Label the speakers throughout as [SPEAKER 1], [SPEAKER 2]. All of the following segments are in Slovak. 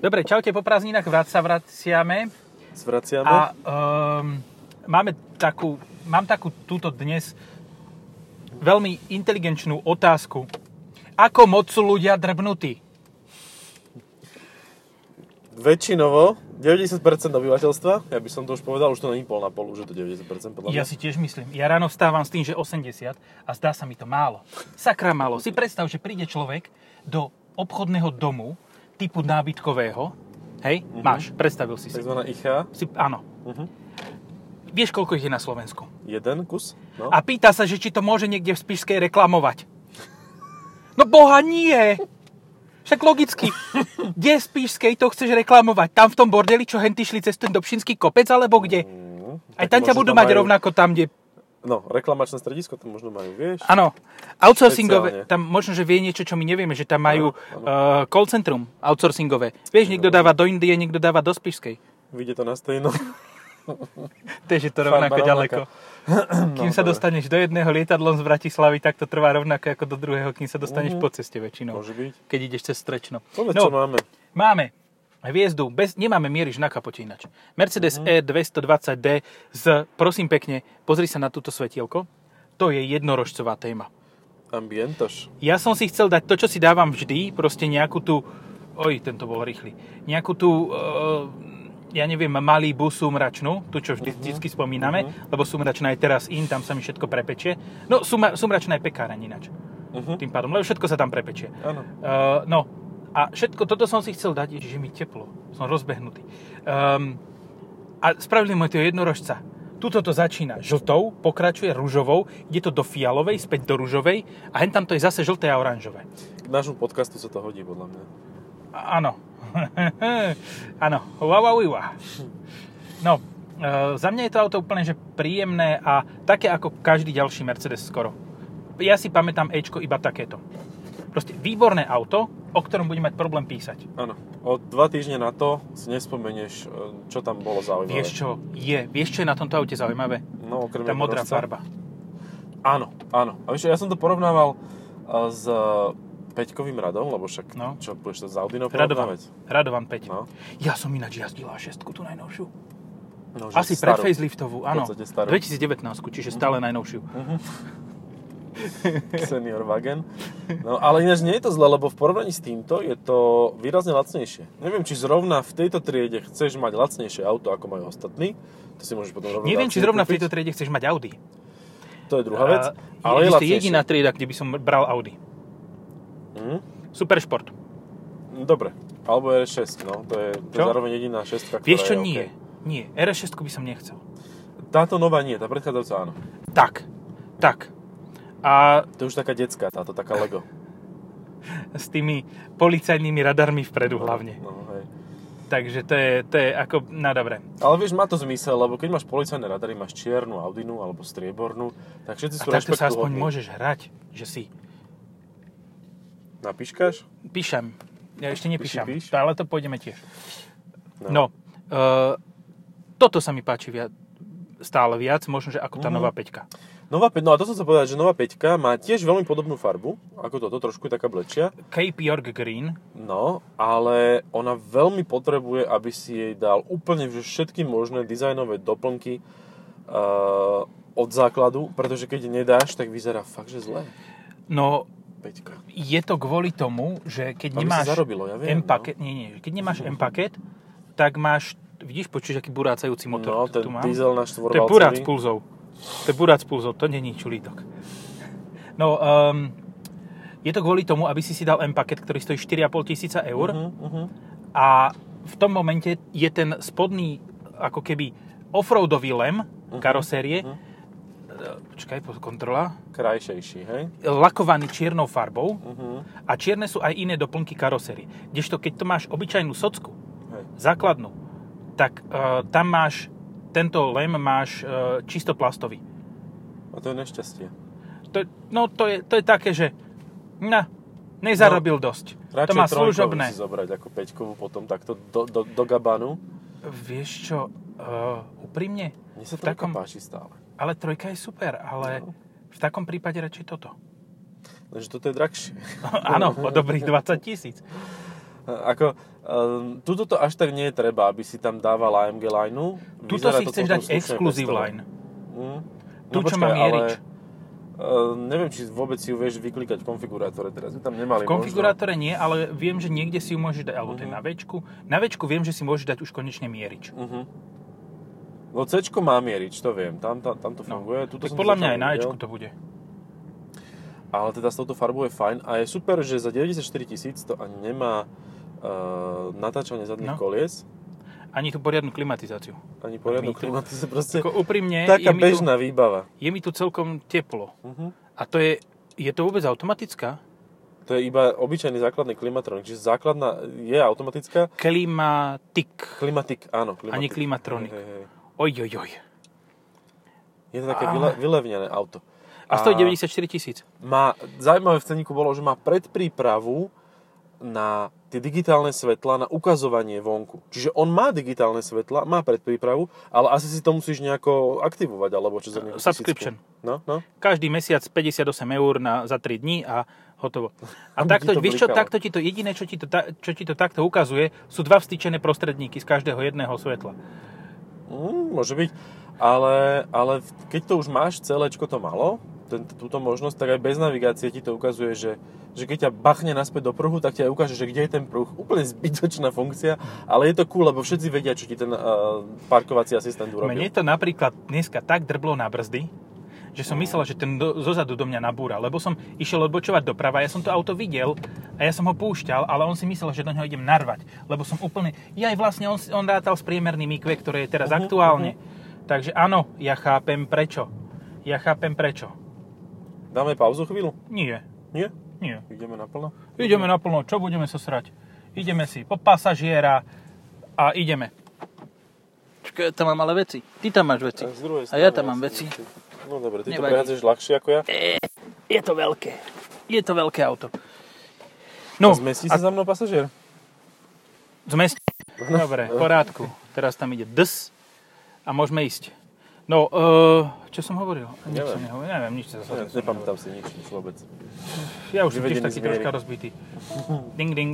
[SPEAKER 1] Dobre, čaute, po prázdninách vrát sa vraciame
[SPEAKER 2] Zvraciame.
[SPEAKER 1] a um, máme takú, mám takú túto dnes veľmi inteligenčnú otázku. Ako moc sú ľudia drbnutí?
[SPEAKER 2] Väčšinovo, 90% obyvateľstva, ja by som to už povedal, už to není pol na pol, už je to 90% podľa mňa.
[SPEAKER 1] Ja si tiež myslím. Ja ráno vstávam s tým, že 80 a zdá sa mi to málo. Sakra málo. Si predstav, že príde človek do obchodného domu typu nábytkového. Hej, máš, predstavil si si.
[SPEAKER 2] Takzvaná ICHA,
[SPEAKER 1] si áno. Vieš, koľko ich je na Slovensku?
[SPEAKER 2] jeden kus, no.
[SPEAKER 1] A pýta sa, že či to môže niekde v Spišskej reklamovať. No boha nie! Však logicky, kde v Spišskej to chceš reklamovať? Tam v tom bordeli, čo henty šli cez ten Dobšinský kopec, alebo kde?
[SPEAKER 2] Mm,
[SPEAKER 1] Aj
[SPEAKER 2] tak
[SPEAKER 1] tam ťa
[SPEAKER 2] možno
[SPEAKER 1] budú mať
[SPEAKER 2] majú-
[SPEAKER 1] rovnako tam, kde...
[SPEAKER 2] No, reklamačné stredisko tam možno majú, vieš.
[SPEAKER 1] Áno, outsourcingové,
[SPEAKER 2] Špeciálne.
[SPEAKER 1] tam možno, že vie niečo, čo my nevieme, že tam majú
[SPEAKER 2] Áno,
[SPEAKER 1] uh, call centrum outsourcingové. Vieš, niekto dáva do Indie, niekto dáva do Spišskej.
[SPEAKER 2] Vyjde to na stejno.
[SPEAKER 1] Takže to
[SPEAKER 2] Farba
[SPEAKER 1] rovnako
[SPEAKER 2] rovnaká. No,
[SPEAKER 1] ďaleko. Kým sa
[SPEAKER 2] dobre.
[SPEAKER 1] dostaneš do jedného lietadlom z Bratislavy, tak to trvá rovnako ako do druhého, kým sa dostaneš po ceste väčšinou.
[SPEAKER 2] Môže byť.
[SPEAKER 1] Keď ideš cez Strečno.
[SPEAKER 2] Mhm. Povedz,
[SPEAKER 1] No,
[SPEAKER 2] čo máme.
[SPEAKER 1] máme hviezdu, bez, nemáme mieriš na kapote ináč. Mercedes
[SPEAKER 2] Mhm.
[SPEAKER 1] E220D z, prosím pekne, pozri sa na túto svetielko. To je jednorožcová téma.
[SPEAKER 2] Ambientoš.
[SPEAKER 1] Ja som si chcel dať to, čo si dávam vždy, proste nejakú tú... Oj, tento bol rýchly. Nejakú tú, e, ja neviem, malý busu mračnú, tú, čo
[SPEAKER 2] Mhm.
[SPEAKER 1] vždy, vždycky spomíname, lebo sumračná je teraz in, tam sa mi všetko prepečie. No, suma, sumračná je pekáreň ináč.
[SPEAKER 2] Mhm.
[SPEAKER 1] Tým pádom, lebo všetko sa tam prepečie.
[SPEAKER 2] Áno.
[SPEAKER 1] Uh, no a všetko toto som si chcel dať, že mi teplo, som rozbehnutý. Um, a spravili mu to jednorožca. Tuto to začína žltou, pokračuje rúžovou, ide to do fialovej, späť do rúžovej a hen tam to je zase žlté a oranžové.
[SPEAKER 2] K nášmu podcastu sa to hodí, podľa mňa.
[SPEAKER 1] A- Áno. Áno. Wow, wow, wow. No, e, za mňa je to auto úplne že príjemné a také ako každý ďalší Mercedes skoro. Ja si pamätám Ečko iba takéto. Proste výborné auto, o ktorom budem mať problém písať.
[SPEAKER 2] Áno. O dva týždne na to si nespomenieš, e, čo tam bolo zaujímavé.
[SPEAKER 1] Vieš čo je? Vieš čo je na tomto aute zaujímavé?
[SPEAKER 2] No, okrem
[SPEAKER 1] Tá modrá
[SPEAKER 2] jednorožca.
[SPEAKER 1] farba.
[SPEAKER 2] Áno, áno. A vieš, čo, ja som to porovnával uh, s uh, Peťkovým radom, lebo však
[SPEAKER 1] No.
[SPEAKER 2] no. čo, budeš to s Audinou
[SPEAKER 1] Radovan,
[SPEAKER 2] porovnávať?
[SPEAKER 1] Radovan 5.
[SPEAKER 2] No.
[SPEAKER 1] Ja som ináč jazdil A6, tú najnovšiu.
[SPEAKER 2] no že
[SPEAKER 1] Asi
[SPEAKER 2] starú.
[SPEAKER 1] pred faceliftovú, áno.
[SPEAKER 2] podstate starú. Mhm.
[SPEAKER 1] 2019, čiže stále najnovšiu.
[SPEAKER 2] Senior Wagen. No, ale ináč nie je to zle, lebo v porovnaní s týmto je to výrazne lacnejšie. Neviem, či zrovna v tejto triede chceš mať lacnejšie auto, ako majú ostatní. To si môžeš potom rovno
[SPEAKER 1] Neviem,
[SPEAKER 2] dávať
[SPEAKER 1] či zrovna v
[SPEAKER 2] kúpiť.
[SPEAKER 1] tejto triede chceš mať Audi.
[SPEAKER 2] To je druhá vec,
[SPEAKER 1] A
[SPEAKER 2] ale je
[SPEAKER 1] existuje
[SPEAKER 2] lacnejšie.
[SPEAKER 1] jediná trieda, kde by som bral Audi.
[SPEAKER 2] Mhm.
[SPEAKER 1] Super šport.
[SPEAKER 2] Dobre. Alebo R6, no. To je, to je
[SPEAKER 1] Čo?
[SPEAKER 2] zároveň jediná šestka, ktorá
[SPEAKER 1] Vieš čo,
[SPEAKER 2] je OK.
[SPEAKER 1] nie. Nie, RS6 by som nechcel.
[SPEAKER 2] Táto nová nie, tá predchádzajúca áno.
[SPEAKER 1] Tak, tak. A
[SPEAKER 2] To je už taká detská, táto, taká Lego.
[SPEAKER 1] s tými policajnými radarmi vpredu hlavne.
[SPEAKER 2] No, hej.
[SPEAKER 1] Takže to je, to je ako, na dobre.
[SPEAKER 2] Ale vieš, má to zmysel, lebo keď máš policajné radary, máš čiernu Audinu alebo striebornú, tak všetci
[SPEAKER 1] A
[SPEAKER 2] sú
[SPEAKER 1] takto sa aspoň
[SPEAKER 2] rešpektuhodní.
[SPEAKER 1] môžeš hrať, že si
[SPEAKER 2] Napíškaš?
[SPEAKER 1] Píšem. Ja ešte nepíšem,
[SPEAKER 2] Píši, píš?
[SPEAKER 1] ale to pôjdeme tiež.
[SPEAKER 2] No.
[SPEAKER 1] No, e, toto sa mi páči viac, stále viac, možno, že ako
[SPEAKER 2] Mhm.
[SPEAKER 1] tá nová peťka.
[SPEAKER 2] Nová 5, no a to som sa povedať, že nová 5 má tiež veľmi podobnú farbu, ako toto, trošku je taká blečia,
[SPEAKER 1] Cape York Green,
[SPEAKER 2] no, ale ona veľmi potrebuje, aby si jej dal úplne že všetky možné dizajnové doplnky uh, od základu, pretože keď nedáš, tak vyzerá fakt, že zle.
[SPEAKER 1] no
[SPEAKER 2] Peťka.
[SPEAKER 1] je to kvôli tomu, že keď
[SPEAKER 2] Aby
[SPEAKER 1] nemáš
[SPEAKER 2] sa zarobilo, ja viem, no.
[SPEAKER 1] M-paket, nie, nie, keď nemáš M-paket, tak máš, vidíš, počuješ, aký burácajúci
[SPEAKER 2] No,
[SPEAKER 1] motor
[SPEAKER 2] ten
[SPEAKER 1] tu mám?
[SPEAKER 2] diesel na
[SPEAKER 1] To je burác
[SPEAKER 2] štvorvalcový.
[SPEAKER 1] pulzov. To je burác pulzov, to není čulítok. No, um, je to kvôli tomu, aby si si dal M-paket, ktorý stojí 4,5 tisíca eur
[SPEAKER 2] Mhm, mhm.
[SPEAKER 1] a v tom momente je ten spodný ako keby offroadový lem
[SPEAKER 2] Mhm,
[SPEAKER 1] karosérie e, počkaj, po- kontrola
[SPEAKER 2] Krajšejší, hej?
[SPEAKER 1] lakovaný čiernou farbou
[SPEAKER 2] Mhm.
[SPEAKER 1] a čierne sú aj iné doplnky karosérie. Kdežto keď to máš obyčajnú socku,
[SPEAKER 2] hej.
[SPEAKER 1] základnú, tak e, tam máš tento lem máš e, čisto plastový.
[SPEAKER 2] A to je nešťastie.
[SPEAKER 1] To, je- no to je, to je také, že na, nezarobil dosť. to
[SPEAKER 2] No, Radšej
[SPEAKER 1] má
[SPEAKER 2] trojkovú
[SPEAKER 1] služobné.
[SPEAKER 2] si zobrať ako peťkovú potom takto do, do, do gabanu.
[SPEAKER 1] Vieš čo, uh, úprimne,
[SPEAKER 2] Mne sa
[SPEAKER 1] V
[SPEAKER 2] to takom...
[SPEAKER 1] takom-
[SPEAKER 2] páči stále.
[SPEAKER 1] ale trojka je super, ale
[SPEAKER 2] No.
[SPEAKER 1] v takom prípade radšej toto.
[SPEAKER 2] Lenže toto je drahšie.
[SPEAKER 1] Áno, po dobrých 20 tisíc.
[SPEAKER 2] Ako, um, tuto to až tak nie je treba, aby si tam dával AMG lineu.
[SPEAKER 1] Tuto
[SPEAKER 2] Vyzerá
[SPEAKER 1] si
[SPEAKER 2] to
[SPEAKER 1] chceš
[SPEAKER 2] celkom
[SPEAKER 1] dať
[SPEAKER 2] slušne
[SPEAKER 1] exclusive
[SPEAKER 2] bez toho.
[SPEAKER 1] line.
[SPEAKER 2] Mm.
[SPEAKER 1] Tu, čo má mierič.
[SPEAKER 2] Uh, neviem, či vôbec si ju vieš vyklikať v konfigurátore teraz. My tam
[SPEAKER 1] V
[SPEAKER 2] nemali
[SPEAKER 1] konfigurátore nie, ale viem, že niekde si ju môžeš dať, alebo to je
[SPEAKER 2] Mhm.
[SPEAKER 1] na Včku. Na Včku viem, že si môžeš dať už konečne mierič.
[SPEAKER 2] Možno. Uh-huh. No C má mierič, to viem. Tam, tam, tam to funguje.
[SPEAKER 1] No.
[SPEAKER 2] Tuto
[SPEAKER 1] Tak
[SPEAKER 2] som
[SPEAKER 1] podľa
[SPEAKER 2] zatiaľ
[SPEAKER 1] mňa aj na
[SPEAKER 2] nevidel.
[SPEAKER 1] Ečku to bude.
[SPEAKER 2] Ale teda s touto farbou je fajn a je super, že za 94 tisíc to ani nemá uh, natáčanie zadných
[SPEAKER 1] No.
[SPEAKER 2] kolies,
[SPEAKER 1] Ani tú poriadnu klimatizáciu.
[SPEAKER 2] ani
[SPEAKER 1] My
[SPEAKER 2] poriadnu
[SPEAKER 1] to-
[SPEAKER 2] klimatizáciu, proste
[SPEAKER 1] Ako úprimne, je
[SPEAKER 2] taká
[SPEAKER 1] mi, tu,
[SPEAKER 2] bežná výbava.
[SPEAKER 1] je mi tu celkom teplo.
[SPEAKER 2] Mhm.
[SPEAKER 1] A to je, je to vôbec automatická?
[SPEAKER 2] To je iba obyčajný základný klimatronik, čiže základná je automatická,
[SPEAKER 1] Klimatik.
[SPEAKER 2] klimatik, áno. Klimatik.
[SPEAKER 1] nie klimatronik.
[SPEAKER 2] Hej, hej, hej.
[SPEAKER 1] Oj, oj, oj.
[SPEAKER 2] Je to také
[SPEAKER 1] A-
[SPEAKER 2] vyle, vylevnené auto.
[SPEAKER 1] Ah. A 194 tisíc.
[SPEAKER 2] Má, zaujímavé v ceníku bolo, že má predprípravu na tie digitálne svetla, na ukazovanie vonku. Čiže on má digitálne svetla, má predprípravu, ale asi si to musíš nejako aktivovať, alebo čo za nejakú tisícku.
[SPEAKER 1] Subscription.
[SPEAKER 2] No, no.
[SPEAKER 1] Každý mesiac 58 eur na, za 3 dní a hotovo. A
[SPEAKER 2] Aby
[SPEAKER 1] takto,
[SPEAKER 2] ti to
[SPEAKER 1] vieš čo,
[SPEAKER 2] blikalo.
[SPEAKER 1] takto ti to jediné, čo ti to, ta- čo ti to takto ukazuje, sú dva vstýčené prostredníky z každého jedného svetla.
[SPEAKER 2] Mm, môže byť, ale, ale v- keď to už máš, celečko to malo, ten, túto možnosť, tak aj bez navigácie ti to ukazuje, že, že keď ťa bachne naspäť do pruhu, tak ti aj ukáže, že kde je ten pruh. Úplne zbytočná funkcia, ale je to cool, lebo všetci vedia, čo ti ten uh, parkovací asistent urobil.
[SPEAKER 1] Mne to napríklad dneska tak drblo na brzdy, že som myslel, že ten do, zozadu do mňa nabúra, lebo som išiel odbočovať doprava, ja som to auto videl a ja som ho púšťal, ale on si myslel, že do neho idem narvať, lebo som úplne... Ja aj vlastne on, si- on rátal s priemerným IQ, ktoré je teraz
[SPEAKER 2] Mhm,
[SPEAKER 1] aktuálne. Takže áno, ja chápem prečo. Ja chápem prečo.
[SPEAKER 2] Dáme pauzu chvíľu?
[SPEAKER 1] Nie,
[SPEAKER 2] Nie?
[SPEAKER 1] nie.
[SPEAKER 2] Ideme naplno?
[SPEAKER 1] Ideme naplno, čo budeme sa srať? Ideme si po pasažiera a ideme. Čakaj, tam mám ale veci. Ty tam máš veci.
[SPEAKER 2] A, z druhej
[SPEAKER 1] A ja
[SPEAKER 2] strany
[SPEAKER 1] tam mám veci.
[SPEAKER 2] asi- No dobre, ty
[SPEAKER 1] Nevadí.
[SPEAKER 2] to prehádzaš ľahšie ako ja.
[SPEAKER 1] Eh, Je to veľké. Je to veľké auto. No,
[SPEAKER 2] Zmestí
[SPEAKER 1] a
[SPEAKER 2] sa za mnou pasažier?
[SPEAKER 1] zmestí.
[SPEAKER 2] No.
[SPEAKER 1] Dobre, v porádku. Teraz tam ide ds a môžeme ísť. No, e, čo som hovoril? Nič
[SPEAKER 2] Neviem.
[SPEAKER 1] som nehovoril. Neviem, nič sa
[SPEAKER 2] Ne,
[SPEAKER 1] zase. som
[SPEAKER 2] nepamätám si nič, nič vôbec.
[SPEAKER 1] Ja už som tiež
[SPEAKER 2] Vyvedený
[SPEAKER 1] taký
[SPEAKER 2] z miery.
[SPEAKER 1] troška rozbitý. Ding, ding.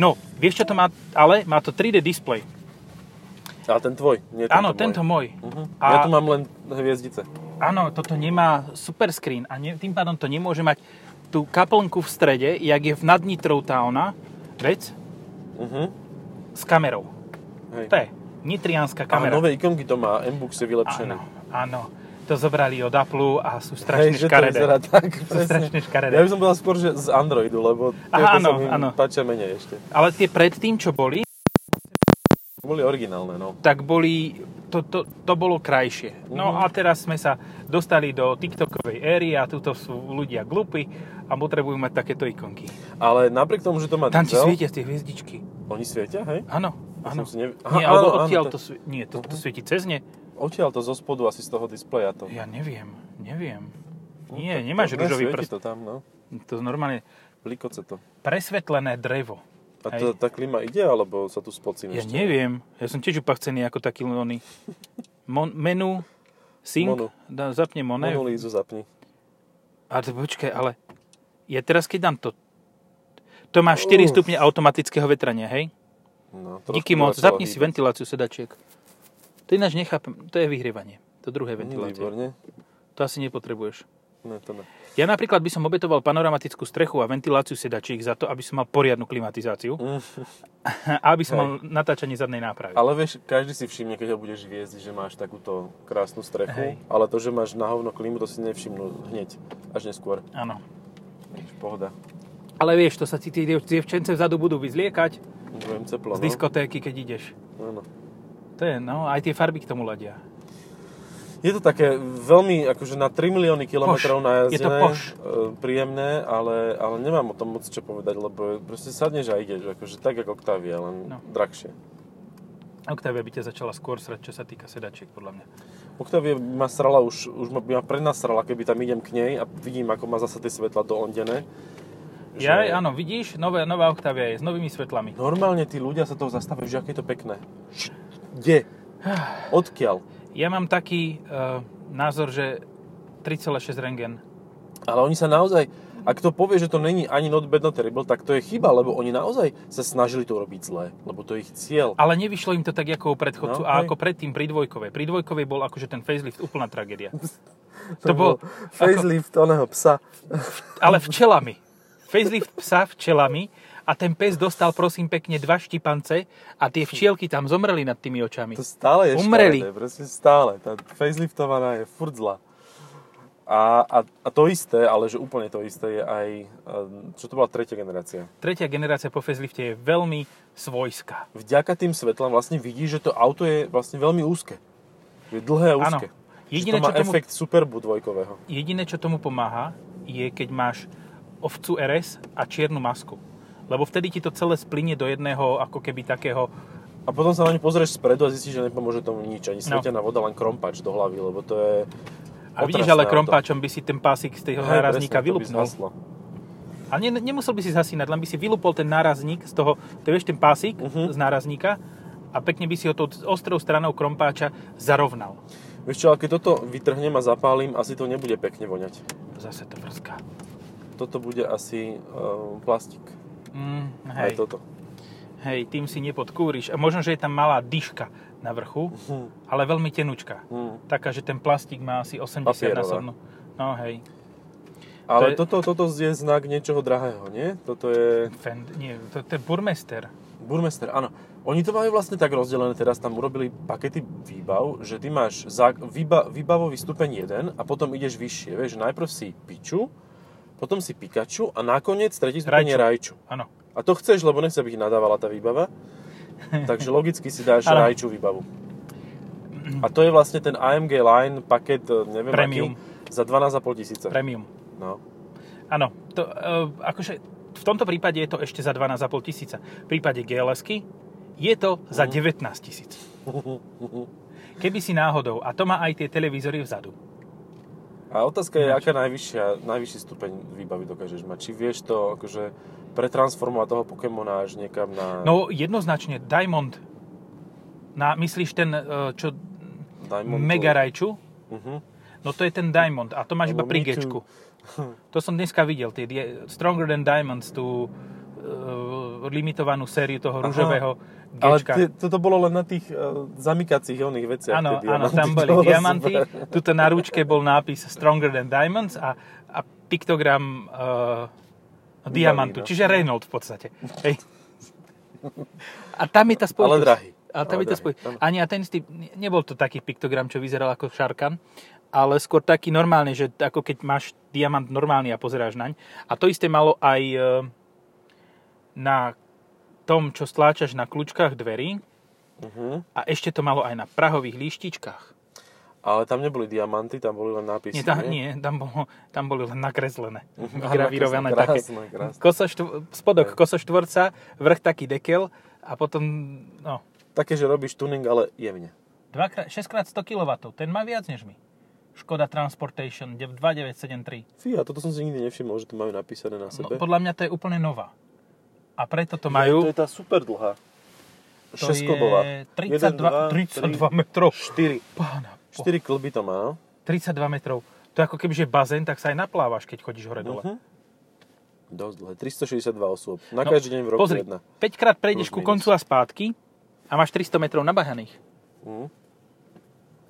[SPEAKER 1] No, vieš čo to má? Ale má to 3D display.
[SPEAKER 2] A ten tvoj, nie tento
[SPEAKER 1] Áno,
[SPEAKER 2] môj.
[SPEAKER 1] tento môj.
[SPEAKER 2] Mhm.
[SPEAKER 1] A-
[SPEAKER 2] Ja tu mám len hviezdice.
[SPEAKER 1] Áno, toto nemá super screen a ne, tým pádom to nemôže mať tú kaplnku v strede, jak je v nad Nitrou Towna, vec,
[SPEAKER 2] Mhm.
[SPEAKER 1] s kamerou.
[SPEAKER 2] Hej.
[SPEAKER 1] To je nitrianská kamera.
[SPEAKER 2] A nové ikonky to má, M-Books je vylepšený.
[SPEAKER 1] Áno, áno. To zobrali od Apple a sú strašne
[SPEAKER 2] Hej, že to
[SPEAKER 1] škaredé.
[SPEAKER 2] vyzerá tak,
[SPEAKER 1] sú
[SPEAKER 2] presne.
[SPEAKER 1] strašne škaredé.
[SPEAKER 2] Ja by som povedal skôr, že z Androidu, lebo
[SPEAKER 1] Aha,
[SPEAKER 2] tieto sa
[SPEAKER 1] áno,
[SPEAKER 2] mi
[SPEAKER 1] áno.
[SPEAKER 2] páčia menej ešte.
[SPEAKER 1] Ale tie predtým, čo boli,
[SPEAKER 2] Boli originálne, no.
[SPEAKER 1] tak boli, to, to, to bolo krajšie. No
[SPEAKER 2] Mhm.
[SPEAKER 1] a teraz sme sa dostali do TikTokovej éry a tuto sú ľudia glupy a potrebujú mať takéto ikonky.
[SPEAKER 2] Ale napriek tomu, že to má
[SPEAKER 1] Tam ti
[SPEAKER 2] diesel-
[SPEAKER 1] svietia tie hviezdičky.
[SPEAKER 2] Oni svietia, hej?
[SPEAKER 1] Áno,
[SPEAKER 2] Ja
[SPEAKER 1] áno.
[SPEAKER 2] No. som si nev- Aha,
[SPEAKER 1] Nie, alebo
[SPEAKER 2] áno, áno,
[SPEAKER 1] odtiaľ to,
[SPEAKER 2] to- Mhm.
[SPEAKER 1] svi- nie, to, to svieti cez ne.
[SPEAKER 2] Odtiaľ to zo spodu asi z toho displeja to.
[SPEAKER 1] Ja neviem, neviem. Nie,
[SPEAKER 2] No To- to-
[SPEAKER 1] nemáš
[SPEAKER 2] ne,
[SPEAKER 1] rúžový
[SPEAKER 2] svieti
[SPEAKER 1] prst.
[SPEAKER 2] to tam, no.
[SPEAKER 1] To normálne
[SPEAKER 2] Blikoce to.
[SPEAKER 1] presvetlené drevo.
[SPEAKER 2] A
[SPEAKER 1] Hej.
[SPEAKER 2] to, tá klima ide, alebo sa tu spocím
[SPEAKER 1] Ja
[SPEAKER 2] ešte?
[SPEAKER 1] neviem, ja som tiež upachcený ako taký oný. Mon, menu, sync,
[SPEAKER 2] Monu.
[SPEAKER 1] dá, zapne moné.
[SPEAKER 2] Monolízu zapni.
[SPEAKER 1] A to- počkaj, ale ja teraz keď dám to, to má 4
[SPEAKER 2] Uf.
[SPEAKER 1] stupne automatického vetrania, hej?
[SPEAKER 2] No, trošku
[SPEAKER 1] Díky moc,
[SPEAKER 2] začala
[SPEAKER 1] zapni si
[SPEAKER 2] hýbať.
[SPEAKER 1] ventiláciu sedačiek. To ináč nechápem, to je vyhrievanie. To druhé
[SPEAKER 2] Mm,
[SPEAKER 1] ventilácie.
[SPEAKER 2] Výborne.
[SPEAKER 1] To asi nepotrebuješ.
[SPEAKER 2] Ne, to ne.
[SPEAKER 1] Ja napríklad by som obetoval panoramatickú strechu a ventiláciu sedačiek za to, aby som mal poriadnu klimatizáciu
[SPEAKER 2] Mm.
[SPEAKER 1] a aby som mal natáčanie zadnej nápravy.
[SPEAKER 2] Ale vieš, každý si všimne, keď ho budeš viesť, že máš takúto krásnu
[SPEAKER 1] Hej.
[SPEAKER 2] strechu, ale to, že máš na hovno klímu, to si nevšimnú hneď, až neskôr.
[SPEAKER 1] Áno.
[SPEAKER 2] Vieš, Pohoda.
[SPEAKER 1] Ale vieš, to sa ti tie dievčence vzadu budú vyzliekať
[SPEAKER 2] Budem teplo,
[SPEAKER 1] z diskotéky, keď ideš.
[SPEAKER 2] no. Áno.
[SPEAKER 1] To je, no, aj tie farby k tomu ladia.
[SPEAKER 2] Je to také veľmi, akože na 3 milióny
[SPEAKER 1] Poš.
[SPEAKER 2] kilometrov najazdené,
[SPEAKER 1] Je to poš.
[SPEAKER 2] e, príjemné, ale, ale nemám o tom moc čo povedať, lebo proste sadneš a ideš, akože tak ako Octavia, len
[SPEAKER 1] No.
[SPEAKER 2] drahšie.
[SPEAKER 1] Octavia by ťa začala skôr srať, čo sa týka sedačiek, podľa mňa.
[SPEAKER 2] Octavia by ma srala už, už ma- by ma prenasrala, keby tam idem k nej a vidím, ako má zasa tie svetla doondené.
[SPEAKER 1] Ja, áno, vidíš, nové, nová Octavia je s novými svetlami.
[SPEAKER 2] Normálne tí ľudia sa toho zastavujú, že aké je to pekné. Č- Kde? Odkiaľ?
[SPEAKER 1] Ja mám eh, taký e, názor, že 3,6 rengen.
[SPEAKER 2] Ale oni sa naozaj... Ak to povie, že to není ani not bad, not terrible, tak to je chyba, lebo oni naozaj sa snažili to robiť zle, lebo to je ich cieľ.
[SPEAKER 1] Ale nevyšlo im to tak ako u predchodcu
[SPEAKER 2] No,
[SPEAKER 1] a
[SPEAKER 2] hej.
[SPEAKER 1] ako predtým pri dvojkovej. Pri dvojkovej bol akože ten facelift úplná tragédia.
[SPEAKER 2] To,
[SPEAKER 1] bol
[SPEAKER 2] bol facelift oného psa.
[SPEAKER 1] Ale včelami. Facelift psa včelami a ten pes dostal prosím pekne dva štipance a tie včielky tam zomreli nad tými očami.
[SPEAKER 2] To stále je
[SPEAKER 1] Umreli.
[SPEAKER 2] škaredé, proste stále. Tá faceliftovaná je furt zlá. A, a, a to isté, ale že úplne to isté je aj, ehm, čo to bola tretia generácia.
[SPEAKER 1] Tretia generácia po facelifte je veľmi svojská.
[SPEAKER 2] Vďaka tým svetlám vlastne vidíš, že to auto je vlastne veľmi úzke. Je dlhé a úzke.
[SPEAKER 1] Áno.
[SPEAKER 2] Jediné,
[SPEAKER 1] Jediné,
[SPEAKER 2] to má
[SPEAKER 1] čo tomu-
[SPEAKER 2] efekt superbu dvojkového.
[SPEAKER 1] Jediné, čo tomu pomáha, je keď máš ovcu RS a čiernu masku. Lebo vtedy ti to celé splynie do jedného ako keby takého
[SPEAKER 2] A potom sa na ňu pozrieš spredu a zistíš, že nepomôže tomu nič. Ani
[SPEAKER 1] No.
[SPEAKER 2] svetená voda, len krompač do hlavy, lebo to je...
[SPEAKER 1] A vidíš,
[SPEAKER 2] otrasné
[SPEAKER 1] ale
[SPEAKER 2] auto.
[SPEAKER 1] krompáčom by si ten pásik z toho
[SPEAKER 2] Hej,
[SPEAKER 1] nárazníka
[SPEAKER 2] presne, to by
[SPEAKER 1] vylupnul.
[SPEAKER 2] zhaslo.
[SPEAKER 1] A ne, nemusel by si zhasínať, len by si vylúpol ten nárazník z toho, to vieš, ten pásik
[SPEAKER 2] Mhm.
[SPEAKER 1] z nárazníka a pekne by si ho tou ostrou stranou krompáča zarovnal.
[SPEAKER 2] Vieš čo, ale keď toto vytrhnem a zapálim, asi to nebude pekne voňať.
[SPEAKER 1] Zase to vrská.
[SPEAKER 2] Toto bude asi uh, plastik.
[SPEAKER 1] Mm,
[SPEAKER 2] Hej. Aj
[SPEAKER 1] hej,
[SPEAKER 2] toto.
[SPEAKER 1] hej, tým si nepodkúriš. A možno, že je tam malá dyška na vrchu,
[SPEAKER 2] Hm.
[SPEAKER 1] ale veľmi tenučka.
[SPEAKER 2] Hm.
[SPEAKER 1] Taká, že ten plastik má asi 80 na
[SPEAKER 2] Papierová.
[SPEAKER 1] sobnú. No hej, To
[SPEAKER 2] Ale
[SPEAKER 1] je-
[SPEAKER 2] toto, toto je znak niečoho drahého, nie? Toto je...
[SPEAKER 1] Fend, nie, to, to je burmester.
[SPEAKER 2] Burmester, áno. Oni to majú vlastne tak rozdelené, teraz tam urobili pakety výbav, že ty máš za, výba, výbavový stupeň 1 a potom ideš vyššie. Vieš, najprv si Piču, potom si Pikachu a nakoniec tretí stupeň je Rajču.
[SPEAKER 1] Áno.
[SPEAKER 2] A to chceš, lebo nechce, aby ich nadávala tá výbava. Takže logicky si dáš
[SPEAKER 1] Ale-
[SPEAKER 2] Rajču výbavu. A to je vlastne ten AMG Line paket, e, neviem
[SPEAKER 1] Premium.
[SPEAKER 2] aký, za 12,5 tisíca.
[SPEAKER 1] Premium.
[SPEAKER 2] No.
[SPEAKER 1] Áno, to, e, akože v tomto prípade je to ešte za 12,5 tisíca. V prípade gls je to za 19 tisíc. Keby si náhodou, a to má aj tie televízory vzadu.
[SPEAKER 2] A otázka je, aká najvyššia, najvyšší stupeň výbavy dokážeš mať. Či vieš to akože pretransformovať toho Pokémona až niekam na no,
[SPEAKER 1] No jednoznačne Diamond, na, myslíš ten, e, čo
[SPEAKER 2] Diamond
[SPEAKER 1] Mega Raichu?
[SPEAKER 2] Uh-huh.
[SPEAKER 1] No to je ten Diamond a to máš iba
[SPEAKER 2] Alebo
[SPEAKER 1] pri
[SPEAKER 2] Mewtwo.
[SPEAKER 1] Gčku. To som dneska videl, tie die- Stronger Than Diamonds, tú e, limitovanú sériu toho
[SPEAKER 2] Aha.
[SPEAKER 1] rúžového
[SPEAKER 2] Ale
[SPEAKER 1] Gčka.
[SPEAKER 2] t- toto bolo len na tých uh, zamykacích oných veciach.
[SPEAKER 1] Áno,
[SPEAKER 2] tie
[SPEAKER 1] áno,
[SPEAKER 2] diamanty,
[SPEAKER 1] tam
[SPEAKER 2] to
[SPEAKER 1] boli
[SPEAKER 2] bolo
[SPEAKER 1] diamanty.
[SPEAKER 2] super.
[SPEAKER 1] Tuto na ručke bol nápis Stronger than Diamonds a, a piktogram uh, diamantu,
[SPEAKER 2] no.
[SPEAKER 1] čiže Reynolds v podstate. Hej. A tam je tá spojitosť.
[SPEAKER 2] Ale drahý.
[SPEAKER 1] A tam je
[SPEAKER 2] Ale
[SPEAKER 1] tá
[SPEAKER 2] drahý, áno.
[SPEAKER 1] spojitosť. Ani a ten istý, nebol to taký piktogram, čo vyzeral ako šarkan, ale skôr taký normálny, že ako keď máš diamant normálny a pozeráš naň. A to isté malo aj e, na tom, čo stláčaš na kľúčkach dverí
[SPEAKER 2] Uh-huh.
[SPEAKER 1] a ešte to malo aj na prahových líštičkách.
[SPEAKER 2] Ale tam neboli diamanty, tam boli len nápisy.
[SPEAKER 1] Nie, tam, nie tam, bolo, tam boli len nakreslené.
[SPEAKER 2] Mhm.
[SPEAKER 1] Vygravírované
[SPEAKER 2] Krásne,
[SPEAKER 1] také.
[SPEAKER 2] krásne, krásne.
[SPEAKER 1] Koso štv- spodok
[SPEAKER 2] Hej.
[SPEAKER 1] kosoštvorca, vrch taký dekel a potom no,
[SPEAKER 2] Také, že robíš tuning, ale jemne.
[SPEAKER 1] 6x100 kW. Ten má viac než my. Škoda Transportation 2973.
[SPEAKER 2] Fíha, toto som si nikdy nevšimol, že to majú napísané
[SPEAKER 1] No,
[SPEAKER 2] na sebe.
[SPEAKER 1] podľa mňa to je úplne nová. A preto to
[SPEAKER 2] To
[SPEAKER 1] majú...
[SPEAKER 2] je tá super dlhá.
[SPEAKER 1] To je,
[SPEAKER 2] Šestkobová.
[SPEAKER 1] 32, 32 metrov.
[SPEAKER 2] 4.
[SPEAKER 1] Pána, po-
[SPEAKER 2] 4 klby to má.
[SPEAKER 1] 32 metrov. To je ako keby, že bazén, tak sa aj naplávaš, keď chodíš hore dole.
[SPEAKER 2] Mhm. Dosť dlhé. 362 osôb. Na každý deň v roku
[SPEAKER 1] No, pozri,
[SPEAKER 2] jedna.
[SPEAKER 1] 5 krát prejdeš ku
[SPEAKER 2] Plus, minus.
[SPEAKER 1] koncu a spátky a máš 300 metrov nabahaných.
[SPEAKER 2] Mhm.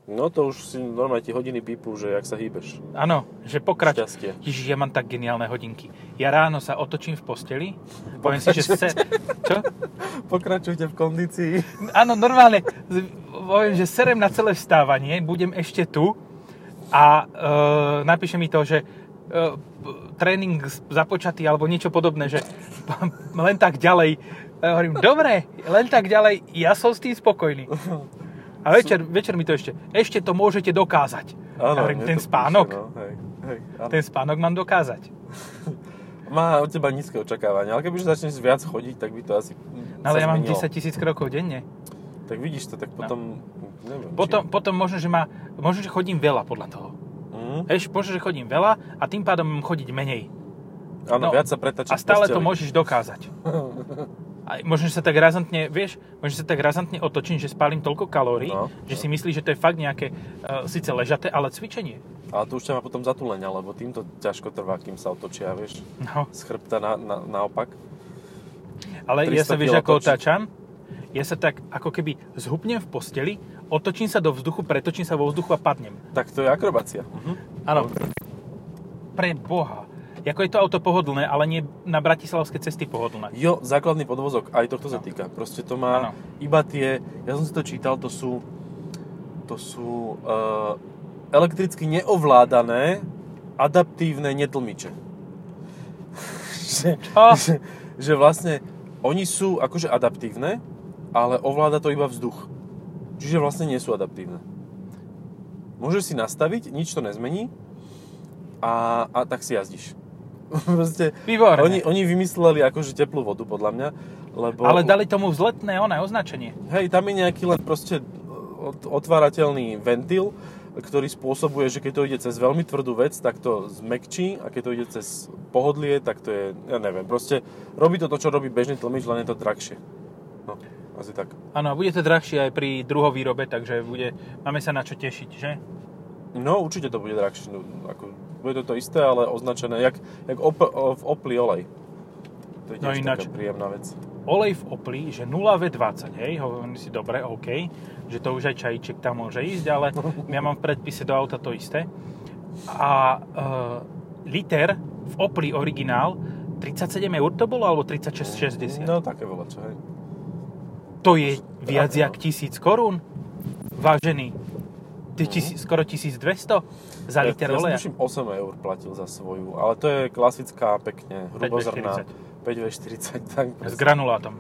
[SPEAKER 2] No to už si normálne ti hodiny pípu, že jak sa hýbeš.
[SPEAKER 1] Áno, že pokrač...
[SPEAKER 2] Šťastie.
[SPEAKER 1] Ježiš, ja mám tak geniálne hodinky. Ja ráno sa otočím v posteli, poviem si, že se... Čo?
[SPEAKER 2] Pokračujte v kondícii.
[SPEAKER 1] Áno, normálne, z- poviem, že serem na celé vstávanie, budem ešte tu a e, napíše mi to, že e, p- tréning z- započatý alebo niečo podobné, že p- len tak ďalej. A ja hovorím, dobre, len tak ďalej, ja som s tým spokojný. A večer, večer mi to ešte, ešte to môžete dokázať. ja hovorím, ten
[SPEAKER 2] mne to píše,
[SPEAKER 1] spánok,
[SPEAKER 2] no, hej, hej, áno.
[SPEAKER 1] ten spánok mám dokázať.
[SPEAKER 2] Má od teba nízke očakávania, ale kebyže začneš viac chodiť, tak by to asi
[SPEAKER 1] No, ale
[SPEAKER 2] sa
[SPEAKER 1] ja mám
[SPEAKER 2] zmenilo.
[SPEAKER 1] 10 tisíc krokov denne.
[SPEAKER 2] Tak vidíš to, tak potom... Neviem,
[SPEAKER 1] Potom, potom možno, že ma, možno, že chodím veľa podľa toho.
[SPEAKER 2] Či... Mhm.
[SPEAKER 1] Vieš, možno, že chodím veľa a tým pádom mám chodiť menej. no,
[SPEAKER 2] Áno, viac sa pretačíš
[SPEAKER 1] A stále
[SPEAKER 2] v
[SPEAKER 1] to
[SPEAKER 2] posteli.
[SPEAKER 1] môžeš dokázať. A možno, že sa tak razantne, vieš, možno že sa tak razantne otočím, že spálim toľko kalórií,
[SPEAKER 2] No,
[SPEAKER 1] no, že si myslíš, že to je fakt nejaké uh, síce ležaté, ale cvičenie.
[SPEAKER 2] Ale to už ťa má potom zatúlenia, lebo týmto ťažko trvá, kým sa otočia, vieš.
[SPEAKER 1] No,
[SPEAKER 2] Z chrbta na, na, naopak.
[SPEAKER 1] ale ja
[SPEAKER 2] 300
[SPEAKER 1] sa vieš,
[SPEAKER 2] kilo
[SPEAKER 1] ako
[SPEAKER 2] otočiť.
[SPEAKER 1] otáčam? Ja sa tak ako keby zhupnem v posteli, otočím sa do vzduchu, pretočím sa vo vzduchu a padnem.
[SPEAKER 2] Tak to je akrobácia.
[SPEAKER 1] Mhm. Áno. Pre Boha. Jako je to auto pohodlné, ale nie na bratislavské cesty pohodlné.
[SPEAKER 2] Jo, základný podvozok, aj tohto sa týka. Proste to má
[SPEAKER 1] Áno.
[SPEAKER 2] iba tie, ja som si to čítal, to sú, to sú uh, elektricky neovládané adaptívne netlmiče. že,
[SPEAKER 1] Čo?
[SPEAKER 2] že, že vlastne oni sú akože adaptívne, ale ovláda to iba vzduch. Čiže vlastne nie sú adaptívne. Môžeš si nastaviť, nič to nezmení a, a tak si jazdíš. Proste
[SPEAKER 1] Výborné.
[SPEAKER 2] oni, oni vymysleli akože teplú vodu, podľa mňa, lebo...
[SPEAKER 1] Ale dali tomu vzletné oné označenie.
[SPEAKER 2] Hej, tam je nejaký len proste e, ot- otvárateľný ventil, ktorý spôsobuje, že keď to ide cez veľmi tvrdú vec, tak to zmekčí a keď to ide cez pohodlie, tak to je, ja neviem, proste robí to to, čo robí bežný tlmič, len je to drahšie. No, asi tak.
[SPEAKER 1] Áno, a bude to drahšie aj pri druhovýrobe, takže bude, máme sa na čo tešiť, že?
[SPEAKER 2] No, určite to bude drahšie, no, ako, bude to to isté, ale označené, jak, jak op, o, v Opli olej. To je
[SPEAKER 1] No
[SPEAKER 2] tiež
[SPEAKER 1] ináč.
[SPEAKER 2] taká príjemná vec.
[SPEAKER 1] Olej v Opli, že 0V20, hej, hovorím si, dobre, OK, že to už aj čajíček tam môže ísť, ale ja mám v predpise do auta to isté. A e, liter v Opli originál, 37 eur to bolo, alebo 36,60?
[SPEAKER 2] No, také veľa čo, hej.
[SPEAKER 1] To je viac
[SPEAKER 2] Áno.
[SPEAKER 1] jak tisíc korún? Vážený, ty tisíc, skoro 1200 za liter
[SPEAKER 2] ja,
[SPEAKER 1] oleja?
[SPEAKER 2] Ja som tuším 8 eur platil za svoju, ale to je klasická, pekne, hrubozrná.
[SPEAKER 1] 5V40.
[SPEAKER 2] 5V40. tak
[SPEAKER 1] S
[SPEAKER 2] presne.
[SPEAKER 1] granulátom.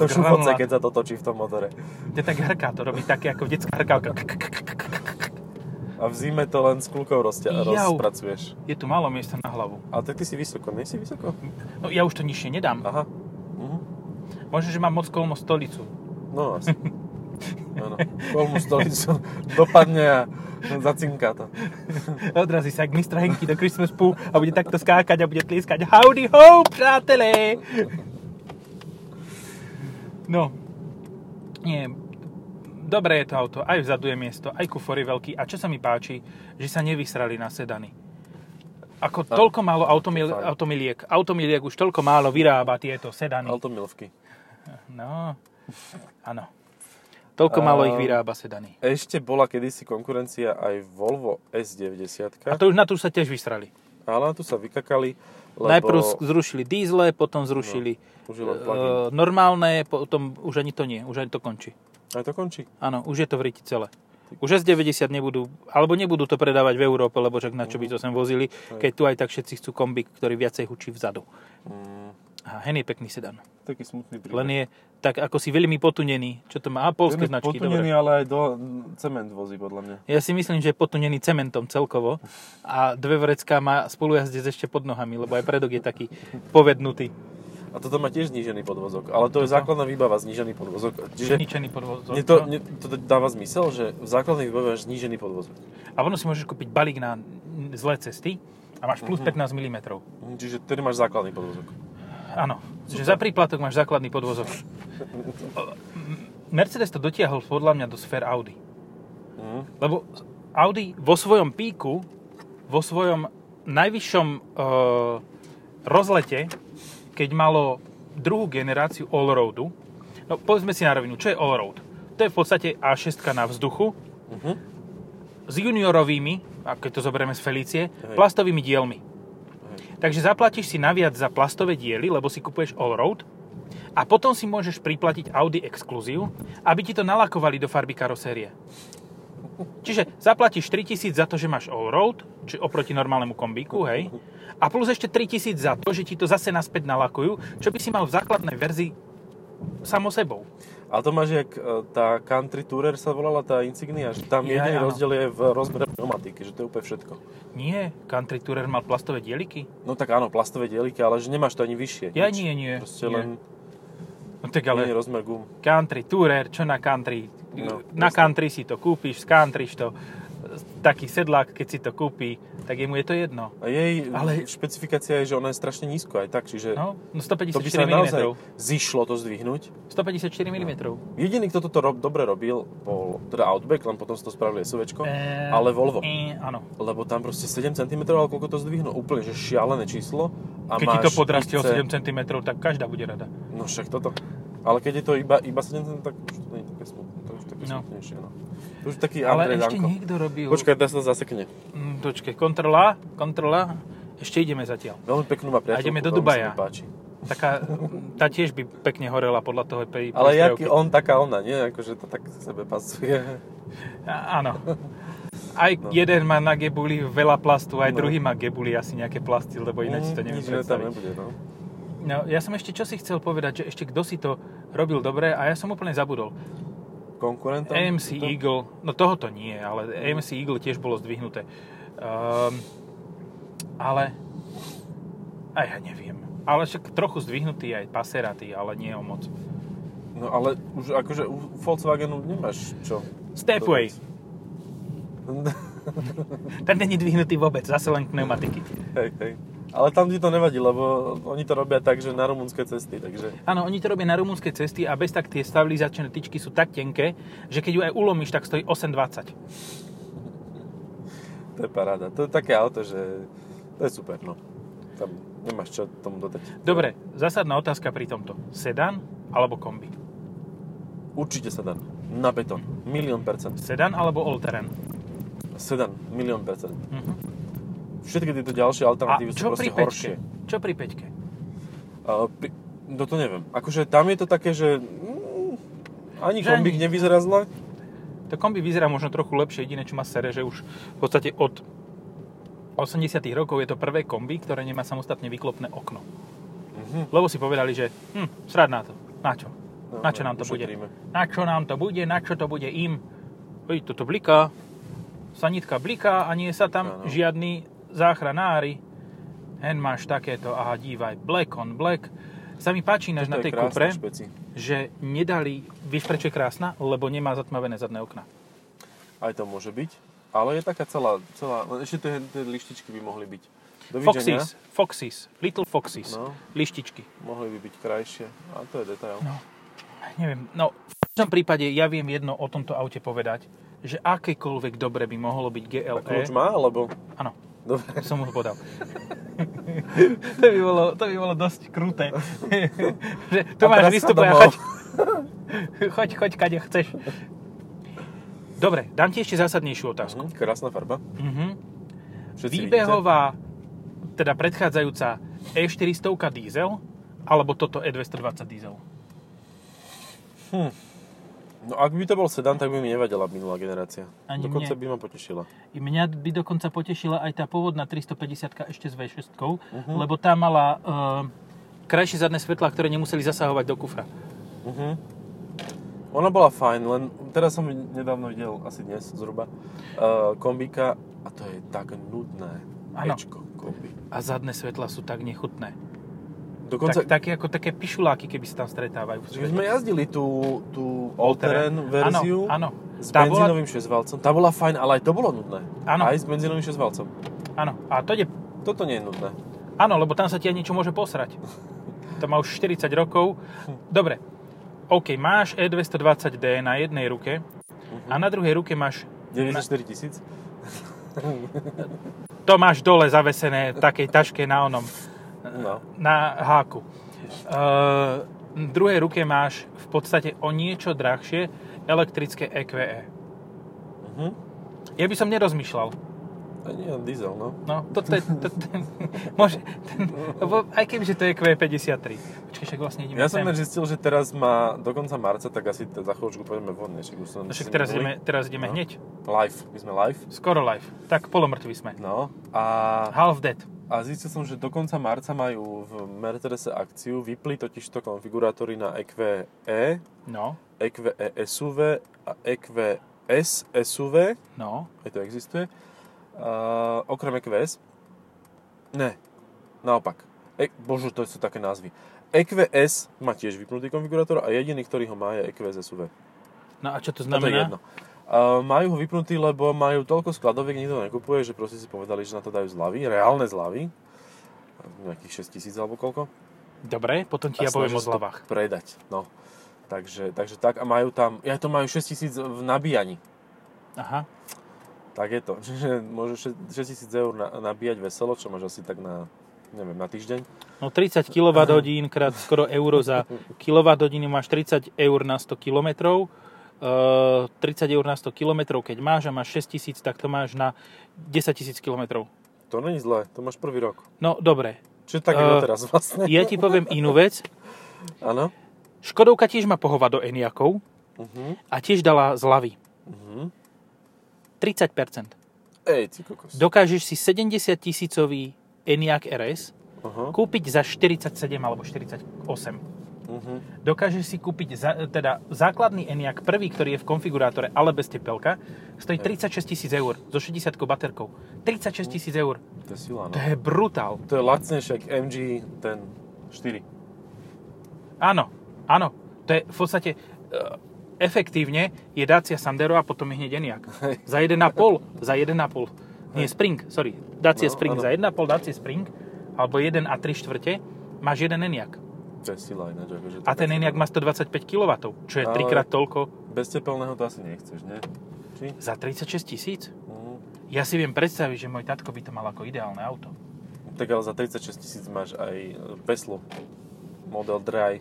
[SPEAKER 2] to
[SPEAKER 1] s
[SPEAKER 2] šufoce,
[SPEAKER 1] granulát.
[SPEAKER 2] keď sa to točí v tom motore.
[SPEAKER 1] To je tak hrká, to robí také ako detská hrkávka.
[SPEAKER 2] A v zime to len s kľukou rozťa-
[SPEAKER 1] Jau.
[SPEAKER 2] rozpracuješ.
[SPEAKER 1] Je tu málo miesta na hlavu.
[SPEAKER 2] A tak ty si vysoko, nie si vysoko?
[SPEAKER 1] No ja už to nižšie nedám.
[SPEAKER 2] Aha. Mhm.
[SPEAKER 1] Možno, že mám moc kolmo stolicu.
[SPEAKER 2] No asi. No, Áno. Kolmu stolicu dopadne a zacinká to.
[SPEAKER 1] Odrazí sa jak mistra Henky do Christmas Poo a bude takto skákať a bude tlieskať. Howdy ho, přátelé! No, nie, dobré je to auto, aj vzadu je miesto, aj kufor je veľký. A čo sa mi páči, že sa nevysrali na sedany. Ako toľko málo automil,
[SPEAKER 2] fajn.
[SPEAKER 1] automiliek, automiliek už toľko málo vyrába tieto sedany.
[SPEAKER 2] Ale to milvky.
[SPEAKER 1] No, áno. Ehm, Toľko málo ich vyrába sedany.
[SPEAKER 2] Ešte bola kedysi konkurencia aj Volvo S90,
[SPEAKER 1] A to už na tú sa tiež vysrali.
[SPEAKER 2] ale tu sa vykakali, lebo... No,
[SPEAKER 1] Najprv sk- zrušili dízle, potom zrušili
[SPEAKER 2] Už je len
[SPEAKER 1] e,
[SPEAKER 2] plug-in.
[SPEAKER 1] normálne, potom už ani to nie, už ani to končí.
[SPEAKER 2] Aj to končí.
[SPEAKER 1] Áno, už je to v riti celé. Už S90 nebudú, alebo nebudú to predávať v Európe, lebo však na čo
[SPEAKER 2] Mhm.
[SPEAKER 1] by to sem vozili, keď tu aj tak všetci chcú kombik, ktorý viacej hučí vzadu.
[SPEAKER 2] Mm,
[SPEAKER 1] A hen je pekný sedan.
[SPEAKER 2] taký smutný príbeh.
[SPEAKER 1] Len je tak ako si veľmi potunený. Čo to má? A polské
[SPEAKER 2] Veľmi
[SPEAKER 1] značky,
[SPEAKER 2] potunený,
[SPEAKER 1] dobre.
[SPEAKER 2] ale aj do cement vozí, podľa mňa.
[SPEAKER 1] Ja si myslím, že je potunený cementom celkovo a dve vrecká má spolujazdec ešte pod nohami, lebo aj predok je taký povednutý,
[SPEAKER 2] A toto má tiež znížený podvozok, ale to je základná výbava, znížený podvozok. Čiže
[SPEAKER 1] ničený podvozok.
[SPEAKER 2] mne to, mne to dáva zmysel, že v základnej výbave máš znížený podvozok.
[SPEAKER 1] A ono si môžeš kúpiť balík na zlé cesty a máš plus 15 mm.
[SPEAKER 2] Hm, Čiže tedy máš základný podvozok.
[SPEAKER 1] Áno, že za príplatok máš základný podvozok. Mercedes to dotiahol podľa mňa do sfér Audi.
[SPEAKER 2] Mhm.
[SPEAKER 1] Lebo Audi vo svojom píku, vo svojom najvyššom e, rozlete, keď malo druhú generáciu allroadu, no povedzme si na rovinu, čo je allroad? To je v podstate A6 na vzduchu
[SPEAKER 2] Mhm.
[SPEAKER 1] s juniorovými, a keď to zoberieme z Felicie,
[SPEAKER 2] Hej.
[SPEAKER 1] plastovými dielmi. Takže zaplatíš si naviac za plastové diely, lebo si kupuješ allroad a potom si môžeš priplatiť Audi exkluzív, aby ti to nalakovali do farby karosérie. Čiže zaplatíš 3000 za to, že máš allroad, či oproti normálnemu kombíku, hej, a plus ešte 3000 za to, že ti to zase naspäť nalakujú, čo by si mal v základnej verzii samo sebou.
[SPEAKER 2] A to máš, jak e, tá Country Tourer sa volala, tá Insignia, že tam
[SPEAKER 1] Ja,
[SPEAKER 2] jediný
[SPEAKER 1] áno.
[SPEAKER 2] rozdiel je v rozmere pneumatiky, že to je úplne všetko.
[SPEAKER 1] Nie, Country Tourer mal plastové dieliky.
[SPEAKER 2] No tak áno, plastové dieliky, ale že nemáš to ani vyššie.
[SPEAKER 1] Ja
[SPEAKER 2] nič.
[SPEAKER 1] nie, nie.
[SPEAKER 2] Proste
[SPEAKER 1] nie.
[SPEAKER 2] len
[SPEAKER 1] No tak
[SPEAKER 2] ale...
[SPEAKER 1] ale
[SPEAKER 2] rozmer gum.
[SPEAKER 1] country tourer, čo na country?
[SPEAKER 2] No,
[SPEAKER 1] na
[SPEAKER 2] jasne.
[SPEAKER 1] country si to kúpiš, z country to taký sedlák, keď si to kúpi, tak jemu je to jedno.
[SPEAKER 2] A jej
[SPEAKER 1] Ale-
[SPEAKER 2] Ale... špecifikácia je, že ona je strašne nízko aj tak, čiže
[SPEAKER 1] No, no
[SPEAKER 2] to
[SPEAKER 1] 154
[SPEAKER 2] by sa
[SPEAKER 1] mm.
[SPEAKER 2] nám naozaj zišlo to zdvihnúť.
[SPEAKER 1] 154 mm.
[SPEAKER 2] Jediný, kto toto rob, dobre robil, bol teda Outback, len potom si to spravili SUVčko,
[SPEAKER 1] Eh,
[SPEAKER 2] ale Volvo.
[SPEAKER 1] E, áno.
[SPEAKER 2] Lebo tam proste 7 cm, ale koľko to zdvihnú, úplne že šialené číslo. A
[SPEAKER 1] Keď ti to
[SPEAKER 2] máš
[SPEAKER 1] podrastie o
[SPEAKER 2] IC
[SPEAKER 1] 7 cm, tak každá bude rada.
[SPEAKER 2] No však toto. Ale keď je to iba, iba 7 cm, tak už to nie je také smutné. To už také
[SPEAKER 1] No.
[SPEAKER 2] no. smutnejšie, no. To už taký
[SPEAKER 1] Ale
[SPEAKER 2] Andrej
[SPEAKER 1] ešte
[SPEAKER 2] Danko.
[SPEAKER 1] niekto robil...
[SPEAKER 2] Počkaj, teraz sa zasekne.
[SPEAKER 1] Mm, Počkaj, kontrola, kontrola. Ešte ideme zatiaľ.
[SPEAKER 2] Veľmi peknú má priateľku.
[SPEAKER 1] ideme do
[SPEAKER 2] veľmi
[SPEAKER 1] Dubaja.
[SPEAKER 2] sa mi páči.
[SPEAKER 1] Taká, tá tiež by pekne horela podľa toho pri
[SPEAKER 2] Ale
[SPEAKER 1] prístrojovky.
[SPEAKER 2] jaký on, taká ona, nie? Akože to tak k sebe pasuje.
[SPEAKER 1] A- Áno. Aj jeden má na gebuli veľa plastu, aj
[SPEAKER 2] No.
[SPEAKER 1] druhý má gebuli asi nejaké plasty, lebo ináč si to
[SPEAKER 2] Mm,
[SPEAKER 1] neviem
[SPEAKER 2] Nič iné tam
[SPEAKER 1] predstaviť.
[SPEAKER 2] nebude, no.
[SPEAKER 1] No, ja som ešte čo si chcel povedať, že ešte kto si to robil dobre a ja som úplne zabudol.
[SPEAKER 2] Konkurentom?
[SPEAKER 1] AMC
[SPEAKER 2] To-
[SPEAKER 1] Eagle, no tohoto nie, ale AMC Eagle tiež bolo zdvihnuté. Um, ale, aj ja neviem. Ale však trochu zdvihnutý aj Passerati, ale nie o moc.
[SPEAKER 2] No ale už akože u Volkswagenu nemáš čo.
[SPEAKER 1] Stepway, ten není dvihnutý vôbec, zase len pneumatiky.
[SPEAKER 2] hej, hej. Ale tam ti to nevadí, lebo oni to robia tak, že na rumunské cesty, takže...
[SPEAKER 1] Áno, oni to robia na rumúnskej cesty a bez tak tie stabilizačné tyčky sú tak tenké, že keď ju aj ulomíš, tak stojí 8,20.
[SPEAKER 2] To je paráda. To je také auto, že to je super, no. Tam nemáš čo tomu dodať.
[SPEAKER 1] Dobre, zásadná otázka pri tomto. Sedan alebo kombi?
[SPEAKER 2] Určite sedan. Na betón. Milión percent.
[SPEAKER 1] Sedan alebo all-terrain?
[SPEAKER 2] Sedan. Milión percent.
[SPEAKER 1] Mhm.
[SPEAKER 2] Všetky tieto ďalšie
[SPEAKER 1] A
[SPEAKER 2] alternatívy sú
[SPEAKER 1] čo pri
[SPEAKER 2] proste
[SPEAKER 1] peťke?
[SPEAKER 2] horšie.
[SPEAKER 1] Čo pri peťke?
[SPEAKER 2] Uh, pri... No to neviem. Akože tam je to také, že... mm, Ani
[SPEAKER 1] Že
[SPEAKER 2] kombík
[SPEAKER 1] ani.
[SPEAKER 2] nevyzerá zle.
[SPEAKER 1] To kombi vyzerá možno trochu lepšie, jediné čo má sere, že už v podstate od 80 rokov je to prvé kombi, ktoré nemá samostatne vyklopné okno.
[SPEAKER 2] Mhm. No,
[SPEAKER 1] Lebo si povedali, že hm, srad na to. Na čo? Na čo nám to bude?
[SPEAKER 2] ušetríme.
[SPEAKER 1] Na čo nám to bude? Na čo to bude im? Oj, toto bliká. Sanitka bliká a nie sa tam
[SPEAKER 2] Áno.
[SPEAKER 1] žiadni záchranári. Hen máš takéto, aha, dívaj, black on black. Sa mi páči ináč na
[SPEAKER 2] Toto je
[SPEAKER 1] tej
[SPEAKER 2] krásna
[SPEAKER 1] kupre,
[SPEAKER 2] špeci.
[SPEAKER 1] že nedali, vieš prečo je krásna? Lebo nemá zatmavené zadné okna.
[SPEAKER 2] Aj to môže byť. Ale je taká celá, celá... len Ešte tie, tie lištičky by mohli byť. Dovidenia.
[SPEAKER 1] Foxys, Foxys, Little Foxys,
[SPEAKER 2] No.
[SPEAKER 1] lištičky.
[SPEAKER 2] Mohli by byť krajšie. A to je detail.
[SPEAKER 1] No. Neviem, no v každom prípade ja viem jedno o tomto aute povedať, že akékoľvek dobre by mohlo byť
[SPEAKER 2] A kľúč
[SPEAKER 1] GLE.
[SPEAKER 2] má, alebo...
[SPEAKER 1] Áno,
[SPEAKER 2] Dobre.
[SPEAKER 1] som mu ho podal. to, by bolo, to by bolo dosť krúte. že tu
[SPEAKER 2] A
[SPEAKER 1] máš
[SPEAKER 2] teraz sa
[SPEAKER 1] vystupovať a
[SPEAKER 2] domov.
[SPEAKER 1] choď, choď, choď, kade chceš. Dobre, dám ti ešte zásadnejšiu otázku.
[SPEAKER 2] Mhm, Krásna farba.
[SPEAKER 1] Mhm.
[SPEAKER 2] Všetci
[SPEAKER 1] Výbehová, teda predchádzajúca E400 diesel, alebo toto E220 diesel.
[SPEAKER 2] vidíte. No ak by to bol sedan, tak by mi nevadila minulá generácia.
[SPEAKER 1] Ani
[SPEAKER 2] Dokonca
[SPEAKER 1] mne.
[SPEAKER 2] by ma potešila.
[SPEAKER 1] I mňa by dokonca potešila aj tá pôvodná 350 ešte s V6, lebo tá mala e, krajšie zadné svetlá, ktoré nemuseli zasahovať do kufra.
[SPEAKER 2] Mhm. Ona bola fajn, len teraz som ju nedávno videl, asi dnes zhruba, uh, kombíka a to je tak nudné.
[SPEAKER 1] Áno.
[SPEAKER 2] Ečko kombi.
[SPEAKER 1] A zadné svetlá sú tak nechutné.
[SPEAKER 2] Dokonca,
[SPEAKER 1] Tak, také ako také pišuláky, keby sa tam stretávajú. v
[SPEAKER 2] My
[SPEAKER 1] svete.
[SPEAKER 2] sme jazdili tú, tú all-terrain verziu
[SPEAKER 1] Áno, áno.
[SPEAKER 2] s
[SPEAKER 1] Tá bola-
[SPEAKER 2] benzínovým 6-valcom. Tá bola fajn, ale aj to bolo nudné.
[SPEAKER 1] Áno.
[SPEAKER 2] Aj s benzínovým 6-valcom.
[SPEAKER 1] Áno, a to ide...
[SPEAKER 2] Toto nie je nudné.
[SPEAKER 1] Áno, lebo tam sa ti aj niečo môže posrať. To má už 40 rokov. Dobre, OK, máš E E220D na jednej ruke a na druhej ruke máš
[SPEAKER 2] 94 tisíc.
[SPEAKER 1] to máš dole zavesené v takej taške na onom,
[SPEAKER 2] No.
[SPEAKER 1] na háku. Uh, v druhej ruke máš v podstate o niečo drahšie elektrické EQE.
[SPEAKER 2] Mhm.
[SPEAKER 1] Ja by som nerozmýšľal.
[SPEAKER 2] To nie je diesel, no.
[SPEAKER 1] No, toto je... To, to, môže, lebo aj kebyže to je E QE53. Počkej, však vlastne ideme
[SPEAKER 2] Ja som
[SPEAKER 1] sem.
[SPEAKER 2] ináč zistil, že teraz má do konca marca, tak asi t- za chvíľočku pôjdeme von, než už som...
[SPEAKER 1] No Však teraz ideme, teraz ideme
[SPEAKER 2] No.
[SPEAKER 1] hneď.
[SPEAKER 2] Live, my sme live.
[SPEAKER 1] Skoro live. Tak polomrtví sme.
[SPEAKER 2] No a,
[SPEAKER 1] Half dead.
[SPEAKER 2] a zistil som, že do konca marca majú v Mercedese akciu, vypli totižto konfigurátory na E. EQE,
[SPEAKER 1] No,
[SPEAKER 2] EQE SUV a EQS SUV,
[SPEAKER 1] no.
[SPEAKER 2] aj to existuje, uh, okrem EQS. Ne, naopak. E- Bože, to sú také názvy. EQS má tiež vypnutý konfigurátor a jediný, ktorý ho má, je EQS SUV.
[SPEAKER 1] No a čo to
[SPEAKER 2] A to je
[SPEAKER 1] znamená?
[SPEAKER 2] jedno. Uh, majú ho vypnutý, lebo majú toľko skladoviek, nikto nekupuje, že proste si povedali, že na to dajú zľavy, reálne zľavy, nejakých 6 tisíc alebo koľko.
[SPEAKER 1] Dobre, potom ti ja
[SPEAKER 2] snažia
[SPEAKER 1] poviem o
[SPEAKER 2] sa to
[SPEAKER 1] zľavách.
[SPEAKER 2] Predať, no. Takže, takže tak a majú tam, ja to majú 6 tisíc v nabíjaní.
[SPEAKER 1] Aha.
[SPEAKER 2] Tak je to. Čiže môžeš 6000 eur na, nabíjať veselo, čo máš asi tak na, neviem, na týždeň.
[SPEAKER 1] No 30 kWh krát skoro euro za kWh máš 30 eur na 100 km. Uh, 30 eur na 100 km, keď máš a máš 6 tisíc, tak to máš na 10 tisíc km.
[SPEAKER 2] To není zlé, to máš prvý rok.
[SPEAKER 1] No dobre,
[SPEAKER 2] Čiže tak je
[SPEAKER 1] Eh,
[SPEAKER 2] to teraz vlastne.
[SPEAKER 1] ja ti poviem inú vec.
[SPEAKER 2] Áno.
[SPEAKER 1] Škodovka tiež má pohova do Eniakov
[SPEAKER 2] Uh-huh.
[SPEAKER 1] a tiež dala zľavy.
[SPEAKER 2] Uh-huh.
[SPEAKER 1] 30%.
[SPEAKER 2] Ej, ty kokos.
[SPEAKER 1] Dokážeš si 70 tisícový Eniak RS
[SPEAKER 2] Aha.
[SPEAKER 1] kúpiť za 47 alebo 48.
[SPEAKER 2] Uh-huh.
[SPEAKER 1] Dokážeš si kúpiť za, teda základný Eniak prvý, ktorý je v konfigurátore, ale bez tepelka, stojí 36 tisíc eur so 60 baterkou. 36 tisíc eur.
[SPEAKER 2] To je sila, no.
[SPEAKER 1] To je brutál.
[SPEAKER 2] To je lacnejšie ako MG ten 4.
[SPEAKER 1] Áno, áno. To je v podstate e, efektívne je Dacia Sandero a potom je hneď Eniak.
[SPEAKER 2] Hej.
[SPEAKER 1] Za 1,5, za 1,5. Nie, Spring, sorry. Dacia
[SPEAKER 2] No,
[SPEAKER 1] Spring
[SPEAKER 2] áno.
[SPEAKER 1] za 1,5, Dacia Spring alebo 1 a 3 štvrte máš jeden Eniak.
[SPEAKER 2] To je sila ináč. Akože to
[SPEAKER 1] A ten
[SPEAKER 2] tak-
[SPEAKER 1] Eniak má 125 kW, čo je
[SPEAKER 2] Ale-
[SPEAKER 1] trikrát toľko
[SPEAKER 2] Bez tepelného to asi nechceš, ne? Či?
[SPEAKER 1] za 36 tisíc.
[SPEAKER 2] Uh-huh.
[SPEAKER 1] Ja si viem predstaviť, že môj tatko by to mal ako ideálne auto.
[SPEAKER 2] Tak ale za 36 tisíc máš aj e, Veslu. Model Dry.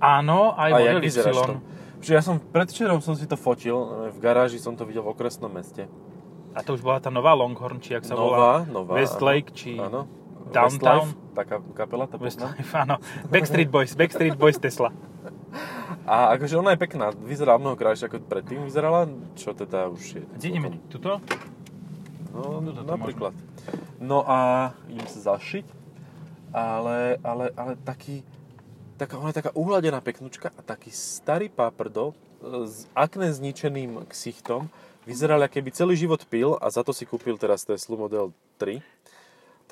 [SPEAKER 1] Áno, aj
[SPEAKER 2] A
[SPEAKER 1] model
[SPEAKER 2] jak vyzeráš v tom?
[SPEAKER 1] Y.
[SPEAKER 2] Že ja som predvčerom som si to fotil, e, v garáži som to videl v okresnom meste.
[SPEAKER 1] A to už bola tá nová Longhorn, či jak sa volá.
[SPEAKER 2] Nová, nová.
[SPEAKER 1] Westlake, či
[SPEAKER 2] áno. No.
[SPEAKER 1] Downtown?
[SPEAKER 2] Westlife, taká kapela, tá poznám.
[SPEAKER 1] Westlife, áno. Backstreet Boys, Backstreet Boys Tesla.
[SPEAKER 2] A akože ona je pekná, vyzerá mnoho krajšie ako predtým vyzerala, čo teda už je.
[SPEAKER 1] Kde ideme? Tuto?
[SPEAKER 2] No,
[SPEAKER 1] Tuto to
[SPEAKER 2] napríklad. No a idem sa zašiť, ale, ale, ale taký, taká, ona je taká uhladená peknučka a taký starý paprdo e, s akne zničeným ksichtom vyzeral, ako keby celý život pil a za to si kúpil teraz Teslu Model 3.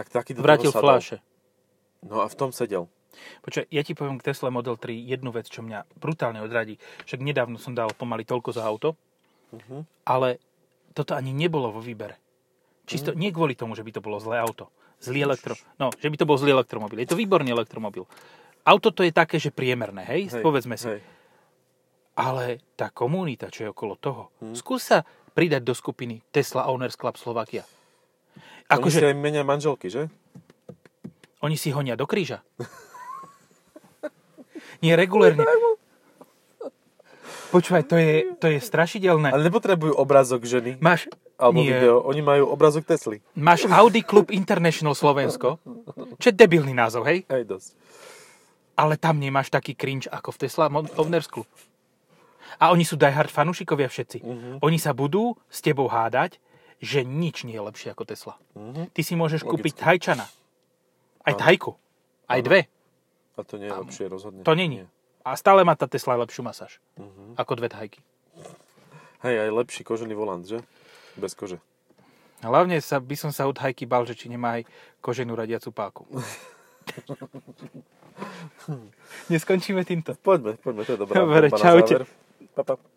[SPEAKER 2] Tak taký do
[SPEAKER 1] Vrátil
[SPEAKER 2] toho sadol.
[SPEAKER 1] fláše.
[SPEAKER 2] No a v tom sedel.
[SPEAKER 1] Počkaj, ja ti poviem k Tesla Model 3 jednu vec, čo mňa brutálne odradí. Však nedávno som dal pomaly toľko za auto,
[SPEAKER 2] Mhm.
[SPEAKER 1] ale toto ani nebolo vo výbere. Čisto nie kvôli tomu, že by to bolo zlé auto. Zlý elektro... No, že by to bol zlý elektromobil. Je to výborný elektromobil. Auto to je také, že priemerné, hej? hej Povedzme si. Hej.
[SPEAKER 2] Hej.
[SPEAKER 1] Ale tá komunita, čo je okolo toho, hmm. skús sa pridať do skupiny Tesla Owners Club Slovakia.
[SPEAKER 2] Ako Oni si
[SPEAKER 1] Akože
[SPEAKER 2] aj menia manželky, že?
[SPEAKER 1] oni si honia do kríža. Nie, regulérne. Počúvaj, to je, to je strašidelné.
[SPEAKER 2] Ale nepotrebujú obrázok ženy
[SPEAKER 1] Máš,
[SPEAKER 2] alebo
[SPEAKER 1] nie,
[SPEAKER 2] video. Oni majú obrázok Tesly.
[SPEAKER 1] máš Audi Club International Slovensko, čo je debilný názov, hej?
[SPEAKER 2] Hej, dosť.
[SPEAKER 1] Ale tam nemáš taký cringe ako v Tesla Mon- Owners Club. A oni sú diehard fanúšikovia všetci.
[SPEAKER 2] Mhm.
[SPEAKER 1] Uh-huh. Oni sa budú s tebou hádať, že nič nie je lepšie ako Tesla. Uh-huh. Ty si môžeš
[SPEAKER 2] Mhm. Logicky.
[SPEAKER 1] kúpiť Thajčana. Aj Thajku. Aj dve.
[SPEAKER 2] A to nie je lepšie rozhodne.
[SPEAKER 1] To není. A stále má tá Tesla lepšiu masáž. Uh-huh. Ako dve Thajky.
[SPEAKER 2] Hej, aj lepší kožený volant, že? Bez kože.
[SPEAKER 1] Hlavne sa, by som sa od Thajky bal, že či nemá aj koženú radiacu páku. Neskončíme týmto.
[SPEAKER 2] Poďme, poďme, to je dobrá.
[SPEAKER 1] Dobre,
[SPEAKER 2] bomba na
[SPEAKER 1] čaute.
[SPEAKER 2] záver. Pa, pa.